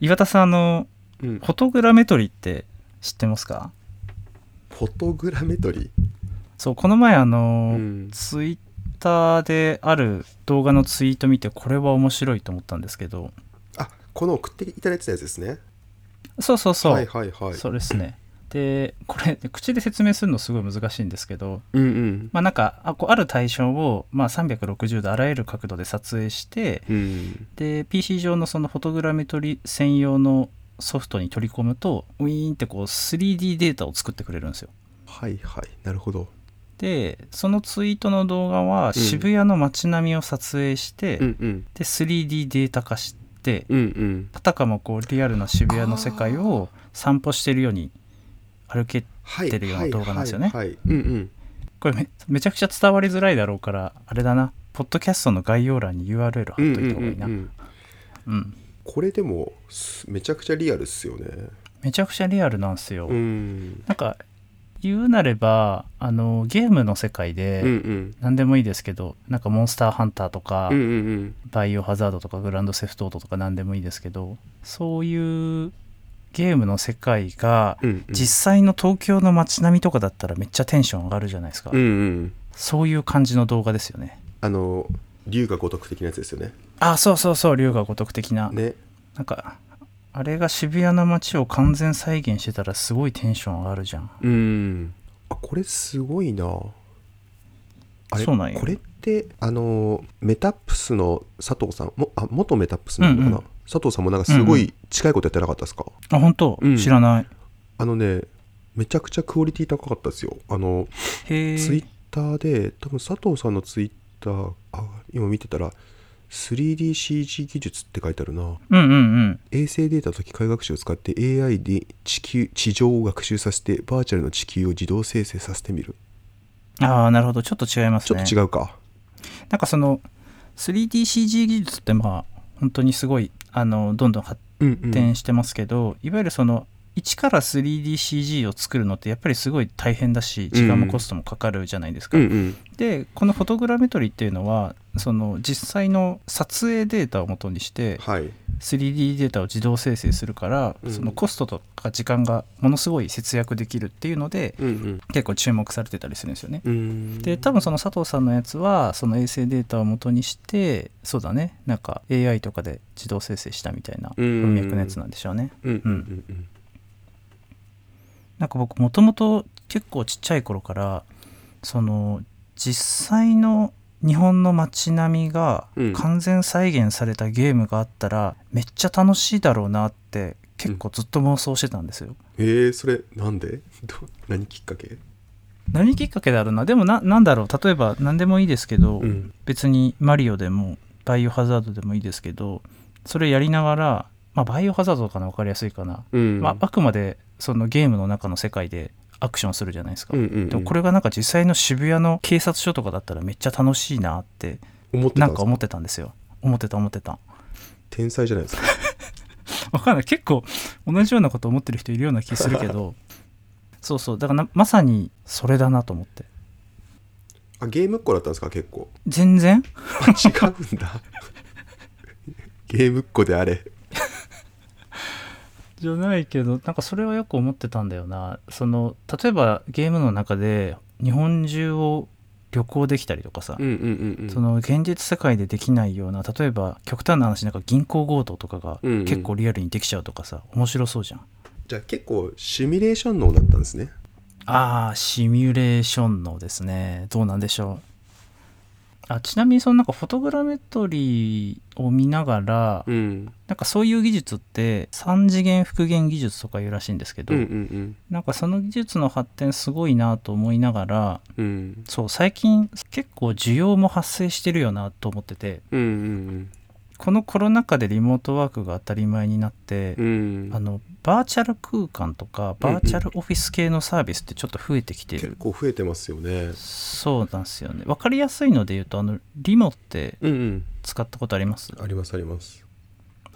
岩田さんあのうフんォトグラメトリって知ってますかフォトグラメトリそうこの前あー、の、うん、ツイッターである動画のツイート見てこれは面白いと思ったんですけどあこの送っていただいてたやつですねそうそうそう、はいはいはいそうですねでこれ口で説明するのすごい難しいんですけどうんうんまあなんかあこうある対象を、まあ、360度あらゆる角度で撮影してうんで PC 上のそのフォトグラメトリ専用のソフトに取り込むとウィーンってこう 3D データを作ってくれるんですよはいはいなるほどでそのツイートの動画は渋谷の街並みを撮影して、うんうんで 3D データ化してうんうんあたかもこうリアルな渋谷の世界を散歩してるように歩けはい出るような動画なんですよねはいはいはいうんうんこれめめちゃくちゃ伝わりづらいだろうからあれだなポッドキャストの概要欄に URL 貼っといた方がいいなううんうんんうんうんこれでもすめちゃくちゃリアルっすよねめちゃくちゃリアルなんですよ、うんなんか言うなればあのゲームの世界で、うんうん何でもいいですけどなんかモンスターハンターとか、うんうんうんバイオハザードとかグランドセフトオートとか何でもいいですけどそういうゲームの世界がうんうん実際の東京の街並みとかだったらめっちゃテンション上がるじゃないですか、うんうんそういう感じの動画ですよねあの龍が如く的なやつですよねあそうそうそう龍が如く的な、ねなんかあれが渋谷の街を完全再現してたらすごいテンション上がるじゃんうんあこれすごいなあれそうなんよこれってあのメタップスの佐藤さんもあ元メタップスなのかな、うんうん佐藤さんもなんかすごい近いことやってなかったですか、あ本当、うん知らないあのねめちゃくちゃクオリティ高かったですよあのへツイえッターで多分佐藤さんのツイッターあ今見てたら 3DCG 技術って書いてあるなうんうんうん衛星データと機械学習を使って AI で地球地上を学習させてバーチャルの地球を自動生成させてみるああなるほどちょっと違いますちょねっと違うか、なんかその 3DCG 技術ってまあ本当にすごいあのどんどん発うんうん、展してますけど、いわゆるその一から 3DCG を作るのってやっぱりすごい大変だし時間もコストもかかるじゃないですか。うんうんでこのフォトグラメトリっていうのはその実際の撮影データを元にしてはい、 3D データを自動生成するから、うんそのコストとか時間がものすごい節約できるっていうのでうん結構注目されてたりするんですよね。うんうんで多分その佐藤さんのやつはその衛星データを元にしてそうだねなんか AI とかで自動生成したみたいなうん文脈のやつなんでしょうねうんうんうんなんか僕もともと結構ちっちゃい頃からその実際の日本の街並みがうん完全再現されたゲームがあったらめっちゃ楽しいだろうなって結構ずっと妄想してたんですよ、えー、それなんで ど何きっかけ何きっかけだろうなでもななんだろう例えば何でもいいですけど、うん別にマリオでもバイオハザードでもいいですけどそれやりながら、まあ、バイオハザードかな分かりやすいかな、うんまあ、あくまでそのゲームの中の世界でアクションするじゃないですか、うんうんうんでもこれがなんか実際の渋谷の警察署とかだったらめっちゃ楽しいなって思ってなたんんでかすか思ってたんですよ思ってた思ってた天才じゃないですかわかんない結構同じようなこと思ってる人いるような気するけ どそうそうだからなまさにそれだなと思ってあゲームっ子だったんですか結構全然あ違うんだ ゲームっ子であれじゃないけどなんかそれはよく思ってたんだよなその例えばゲームの中で日本中を旅行できたりとかさ、うんうんうんその現実世界でできないような例えば極端な話なんか銀行強盗とかがうんうん結構リアルにできちゃうとかさ、面白そうじゃんじゃあ結構シミュレーション能だったんですねあーシミュレーションのですねどうなんでしょうあちなみにそのなんかフォトグラメトリーを見ながら、うんなんかそういう技術って3次元復元技術とかいうらしいんですけど、んなんかその技術の発展すごいなと思いながらうんうんそう最近結構需要も発生してるよなと思っててうんうんこのコロナ禍でリモートワークが当たり前になって、んあのバーチャル空間とかバーチャルオフィス系のサービスってちょっと増えてきてる、結構増えてますよねそうなんですよね分かりやすいので言うとあのリモってうんうん使ったことありますありますあります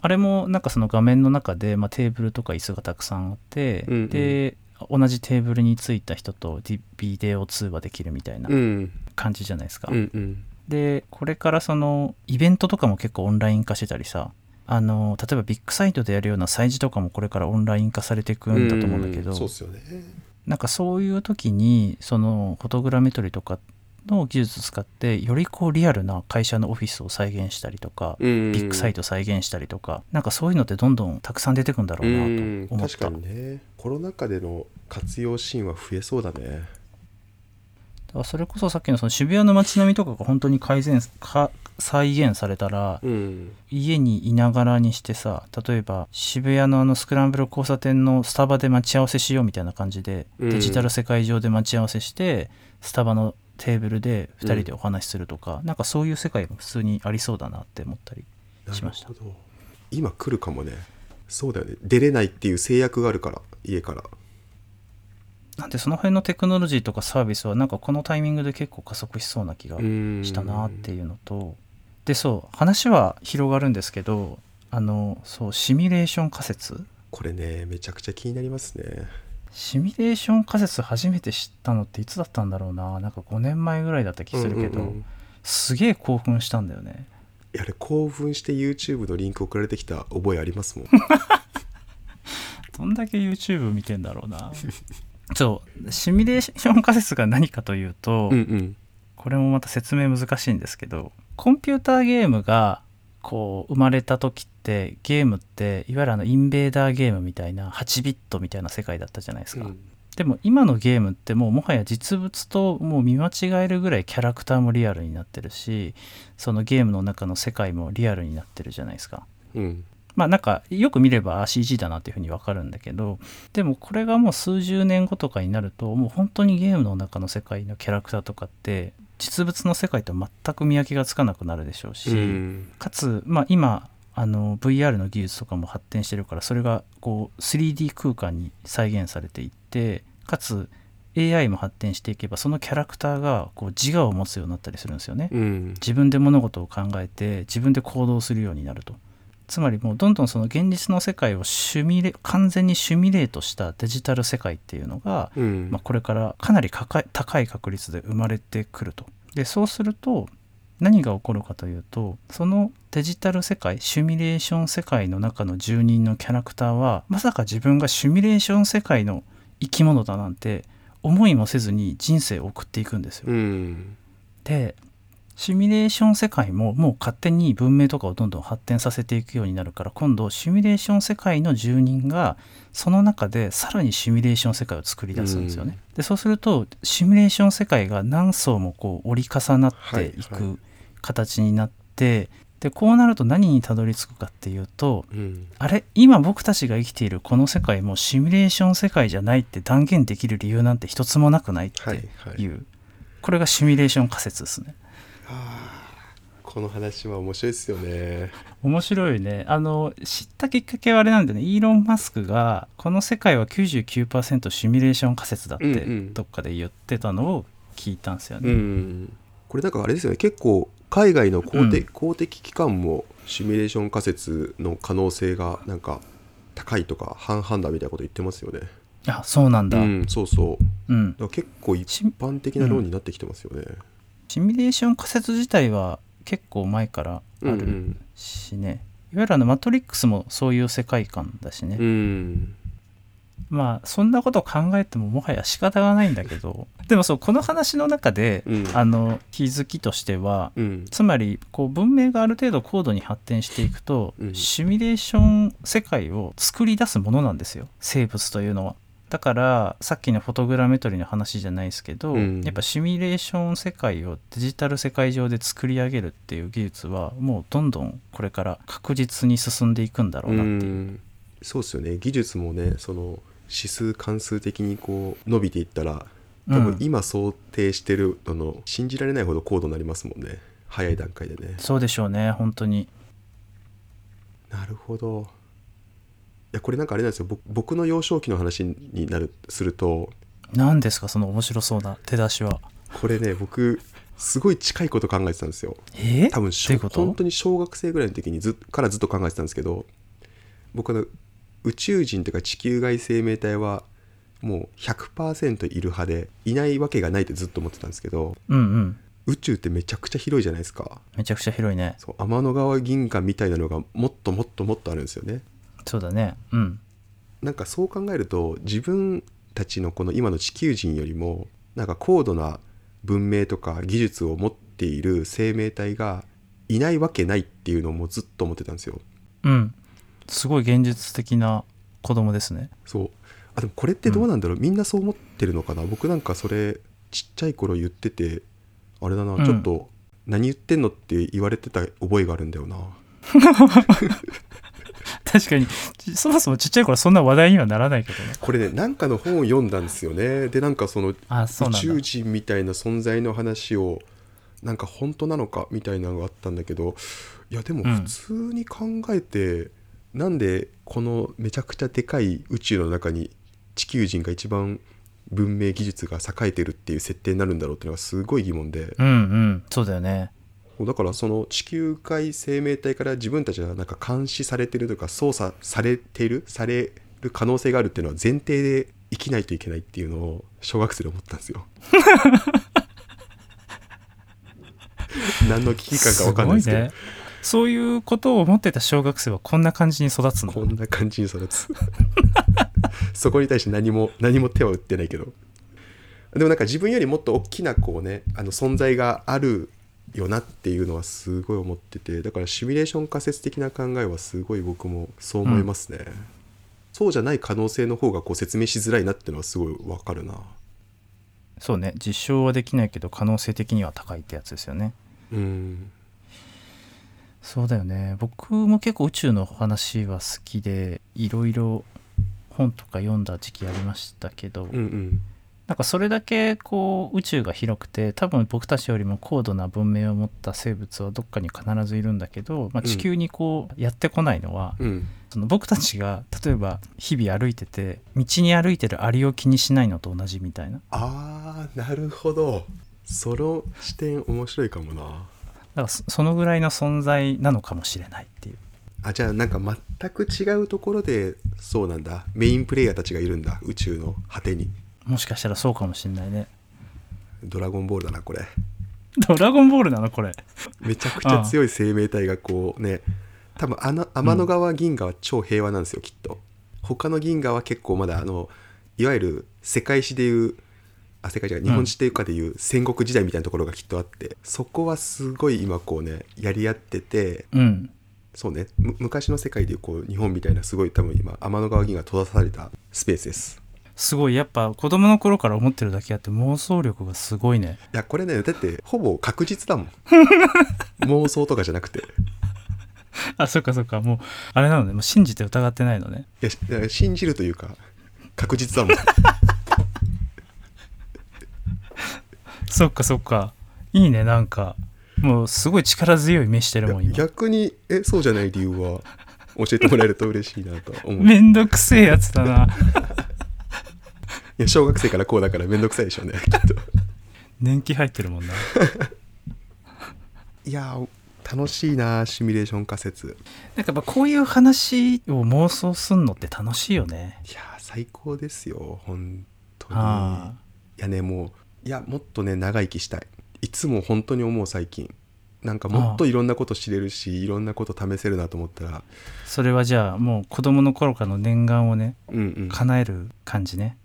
あれもなんかその画面の中で、まあ、テーブルとか椅子がたくさんあって、うんうんで同じテーブルについた人とディビデオ通話できるみたいなうん感じじゃないですか、うんうんでこれからそのイベントとかも結構オンライン化してたりさあの例えばビッグサイトでやるような催事とかもこれからオンライン化されていくんだと思うんだけど、そうですよね。なんかそういう時にそのフォトグラメトリとかの技術を使ってよりこうリアルな会社のオフィスを再現したりとか、ビビッグサイトト再現したりとかなんかそういうのってどんどんたくさん出てくんだろうなと思っ確たかにね。コロナ禍での活用シーンは増えそうだね。だからそれこそさっきのその渋谷の街並みとかが本当に改善か再現されたらうん。家にいながらにしてさ例えば渋谷のあのスクランブル交差点のスタバで待ち合わせしようみたいな感じで、うんデジタル世界上で待ち合わせしてスタバのテーブルで2人でお話しするとか、なんかそういう世界も普通にありそうだなって思ったりしましたなるほど今来るかもね。そうだよね。出れないっていう制約があるから、家から。なんでその辺のテクノロジーとかサービスはなんかこのタイミングで結構加速しそうな気がうんしたなっていうのとでそう話は広がるんですけどあのそうシミュレーション仮説これね、めちゃくちゃ気になりますね。シミュレーション仮説初めて知ったのっていつだったんだろうななんか5年前ぐらいだった気するけど、うんうんうんすげえ興奮したんだよねいやあれ興奮して YouTube のリンク送られてきた覚えありますもん。どんだけ YouTube 見てんだろうな そうシミュレーション仮説が何かというと、うんうん。これもまた説明難しいんですけどコンピューターゲームがこう生まれた時ってゲームっていわゆるあのインベーダーゲームみたいな8ビットみたいな世界だったじゃないですか、でも今のゲームってもうもはや実物ともう見間違えるぐらいキャラクターもリアルになってるしそのゲームの中の世界もリアルになってるじゃないですかうん。まあなんかよく見ればあ CG だなっていうふうにわかるんだけどでもこれがもう数十年後とかになるともう本当にゲームの中の世界のキャラクターとかって実物の世界と全く見分けがつかなくなるでしょうし、うん。かつ、まあ、今あの VR の技術とかも発展してるからそれがこう 3D 空間に再現されていってかつ AI も発展していけばそのキャラクターがこう自我を持つようになったりするんですよね。うん。自分で物事を考えて自分で行動するようになるとつまりもうどんどんその現実の世界をシュミレ完全にシュミレートしたデジタル世界っていうのが、うんまあ、これからかなりかか高い確率で生まれてくるとでそうすると何が起こるかというとそのデジタル世界シュミレーション世界の中の住人のキャラクターはまさか自分がシュミレーション世界の生き物だなんて思いもせずに人生を送っていくんですようん。でシミュレーション世界ももう勝手に文明とかをどんどん発展させていくようになるから今度シミュレーション世界の住人がその中でさらにシミュレーション世界を作り出すんですよね。でそうするとシミュレーション世界が何層もこう折り重なっていはいはく形になって、でこうなると何にたどり着くかっていうとうん。あれ今僕たちが生きているこの世界もシミュレーション世界じゃないって断言できる理由なんて一つもなくないってはいはいい。う、これがシミュレーション仮説ですねこの話は面白いですよね。面白いねあの知ったきっかけはあれなんだよねイーロン・マスクがこの世界は99%シミュレーション仮説だってうんうんどっかで言ってたのを聞いたんですよね、うん。これなんかあれですよね。結構海外の公うん的、公的機関もシミュレーション仮説の可能性がなんか高いとか半々だみたいなこと言ってますよね。あそうなんだ、ううんん、そうそう。だから結構一し般的な論になってきてますよね。シミュレーション仮説自体は結構前からあうん、うるん。しね、いわゆるあのマトリックスもそういう世界観だしね、うん。まあそんなこと考えてももはや仕方がないんだけどでもそうこの話の中で、うんあの気づきとしてはうん。つまりこう文明がある程度高度に発展していくと、うんシミュレーション世界を作り出すものなんですよ生物というのは。だからさっきのフォトグラメトリの話じゃないですけど、うんやっぱシミュレーション世界をデジタル世界上で作り上げるっていう技術はもうどんどんこれから確実に進んでいくんだろうなっていう。んそうですよね技術もねその指数関数的にこう伸びていったら多う分ん今想定してる、あの信じられないほど高度になりますもんね早い段階でねそうでしょうね本当に。なるほどいやこれなんかあれなんですよぼ僕の幼少期の話になるすると何ですかその面白そうな手出しは。これね僕すごい近いこと考えてたんですよえ多分どういうこと本当に小学生ぐらいの時にずっからずっと考えてたんですけど僕の宇宙人とか地球外生命体はもう100%いる派でいないわけがないってずっと思ってたんですけどうんうん。宇宙ってめちゃくちゃ広いじゃないですかめちゃくちゃ広いねそう天の川銀河みたいなのがもっともっともっとあるんですよねそうだねうんなんかそう考えると自分たちのこの今の地球人よりもなんか高度な文明とか技術を持っている生命体がいないわけないっていうのをもうずっと思ってたんですよ。うんすごい現実的な子供ですねそうあでもこれってどうなんだろう、みんなそう思ってるのかな僕なんかそれちっちゃい頃言っててあれだな、うんちょっと何言ってんのって言われてた覚えがあるんだよな。 確かにちそもそもちっちゃい頃そんな話題にはならないけどねこれねなんかの本を読んだんですよね。でなんかそのあそう宇なんだ宙人みたいな存在の話をなんか本当なのかみたいなのがあったんだけどいやでもうん普通に考えて、なんでこのめちゃくちゃでかい宇宙の中に地球人が一番文明技術が栄えてるっていう設定になるんだろうっていうのがすごい疑問で、うんうんそうだよねだからその地球界生命体から自分たちがなんか監視されてるとか操作されてるされる可能性があるっていうのは前提で生きないといけないっていうのを小学生で思ったんですよ。何の危機感か分かんないですけどねそういうことを思ってた小学生はこんな感じに育つの こんな感じに育つ そこに対して何も何も手は打ってないけどでもなんか自分よりもっと大きなこうねあの存在があるよなっていうのはすごい思っててだからシミュレーション仮説的な考えはすごい僕もそう思いますね、そうじゃない可能性の方がこう説明しづらいなってのはすごいわかるなそうね実証はできないけど可能性的には高いってやつですよねうんそうだよね僕も結構宇宙の話は好きでいろいろ本とか読んだ時期ありましたけど、うんうんなんかそれだけこう宇宙が広くて多分僕たちよりも高度な文明を持った生物はどっかに必ずいるんだけど、まあ、うん地球にこうやってこないのは、うんその僕たちが例えば日々歩いてて道に歩いてるアリを気にしないのと同じみたいなあーなるほどその視点面白いかもなだからそそのぐらいの存在なのかもしれないっていうあじゃあなんか全く違うところでそうなんだメインプレイヤーたちがいるんだ宇宙の果てにもしかしたらそうかもしれないね 「ドラゴンボール」だなこれドラゴンボールなのこれめちゃくちゃ強い生命体がこうね多分あの天の川銀河は超平和なんですよ、きっと他の銀河は結構まだあのいわゆる世界史でいうあ世界史が日本史というかでいう戦国時代みたいなところがきっとあってそこはすごい今こうねやり合っててうんそうねむ昔の世界でいうこう日本みたいなすごい多分今天の川銀河閉ざされたスペースですすごいやっぱ子供の頃から思ってるだけあって妄想力がすごいねいやこれねだってほぼ確実だも ん妄想とかじゃなくていあそっかそっかもうあれなのねもう信じて疑ってないのねやしいや信じるというか確実だもんそっかそっかいいねなんかもうすごい力強い目してるもん今逆にえそうじゃない理由は教えてもらえると嬉しいなと思ういめんどくせえやつだなや小学生からこうだからめんどくさいでしょうねきっと年季入ってるもんないや楽しいなシミュレーション仮説なんかやっぱこういう話を妄想すんのって楽しいよねいや最高ですよ本当にああいやねもういやもっとね長生きしたいいつも本当に思う最近なんかもっといろんなこと知れるしいろんなこと試せるなと思ったらそれはじゃあもう子供の頃からの念願をねうんうん叶える感じね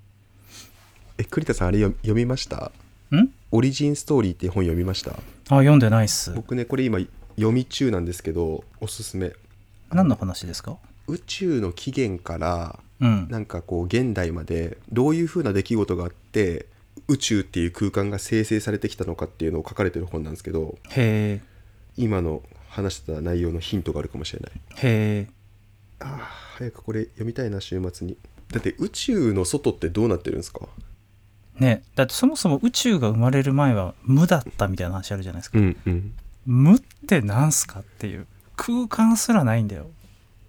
え栗田さんあれ読読みましたんオリジンストーリーって本読みましたあ読んでないっす僕ねこれ今読み中なんですけどおすすめ何の話ですか宇宙の起源からうんなんかこう現代までどういうふうな出来事があって宇宙っていう空間が生成されてきたのかっていうのを書かれてる本なんですけどへ今の話してた内容のヒントがあるかもしれないえへえあー早くこれ読みたいな週末にだって宇宙の外ってどうなってるんですかねだってそもそも宇宙が生まれる前は無だったみたいな話あるじゃないですか、んうん無ってなんすかっていう空間すらないんだよ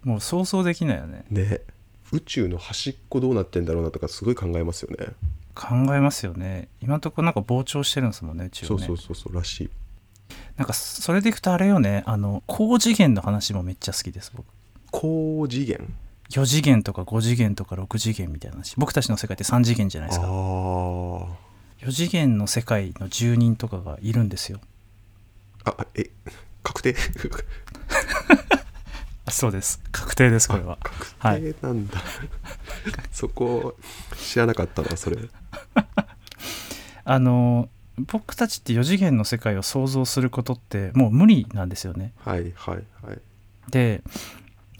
もう想像できないよねね宇宙の端っこどうなってんだろうなとかすごい考えますよね考えますよね今のところなんか膨張してるんですもんね宇宙ねそうそうそうそうらしいなんかそれでいくとあれよねあの高次元の話もめっちゃ好きです僕高次元4次元とか5次元とか6次元みたいな話僕たちの世界って3次元じゃないあですかー4次元の世界の住人とかがいるんですよああえ確定あそうです確定ですこれはは確い定なんだ、 そこ知らなかったなそれあの僕たちって4次元の世界を想像することってもう無理なんですよねはいはいはいで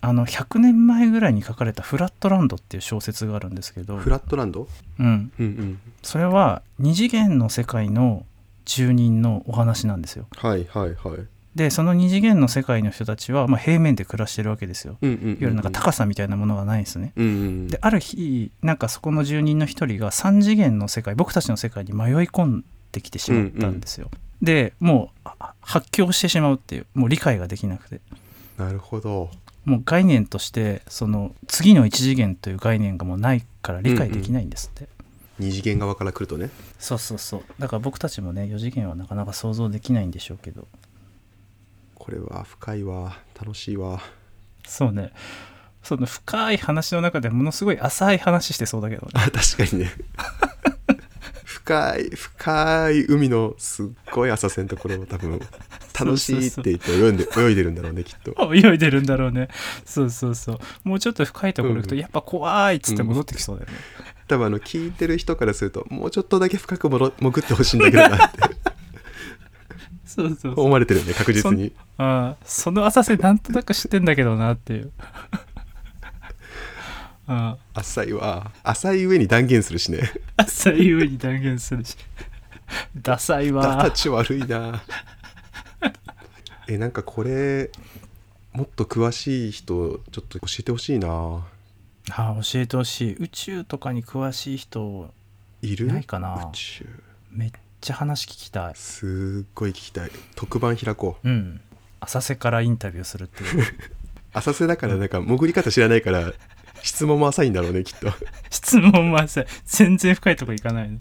あの100年前ぐらいに書かれた「フラットランド」っていう小説があるんですけどフ、ラットランドうん、うんうんそれは2次元の世界の住人のお話なんですよはいはいはいうんでその2次元の世界の人たちは、まあ、平面で暮らしてるわけですようんうん、うん、いわゆるなんか高さみたいなものがないんですねうんうんである日なんかそこの住人の一人が3次元の世界僕たちの世界に迷い込んできてしまったんですよ、でもうあ発狂してしまうっていうもう理解ができなくてなるほどもう概念としてその次の一次元という概念がもうないから理解できないんですって、二次元側から来るとねそうそうそうだから僕たちもね4次元はなかなか想像できないんでしょうけどこれは深いわ楽しいわそうねその深い話の中でものすごい浅い話してそうだけどね あ確かにね深い深い海のすっごい浅瀬のところを多分楽しいって言って泳いで泳いでるんだろうねきっと泳いでるんだろうねそうそうそうもうちょっと深いところ行くと、うんやっぱ怖いっつって戻ってきそうだよね、多分あの聞いてる人からするともうちょっとだけ深くもろ潜ってほしいんだけど なってそうそうそう思われてるよね確実にあーその浅瀬なんとなく知ってんだけどなっていう あ浅いわ浅い上に断言するしねー浅い上に断言するしダサいわ立ち悪いなえなんかこれもっと詳しい人ちょっと教えてほしいなあー教えてほしい宇宙とかに詳しい人いいるないか宇な宙めっちゃ話聞きたいすっごい聞きたい特番開こううん浅瀬からインタビューするっていう 浅瀬だからなんか潜り方知らないから質問も浅いんだろうねきっと質問も浅い全然深いとこ行かないの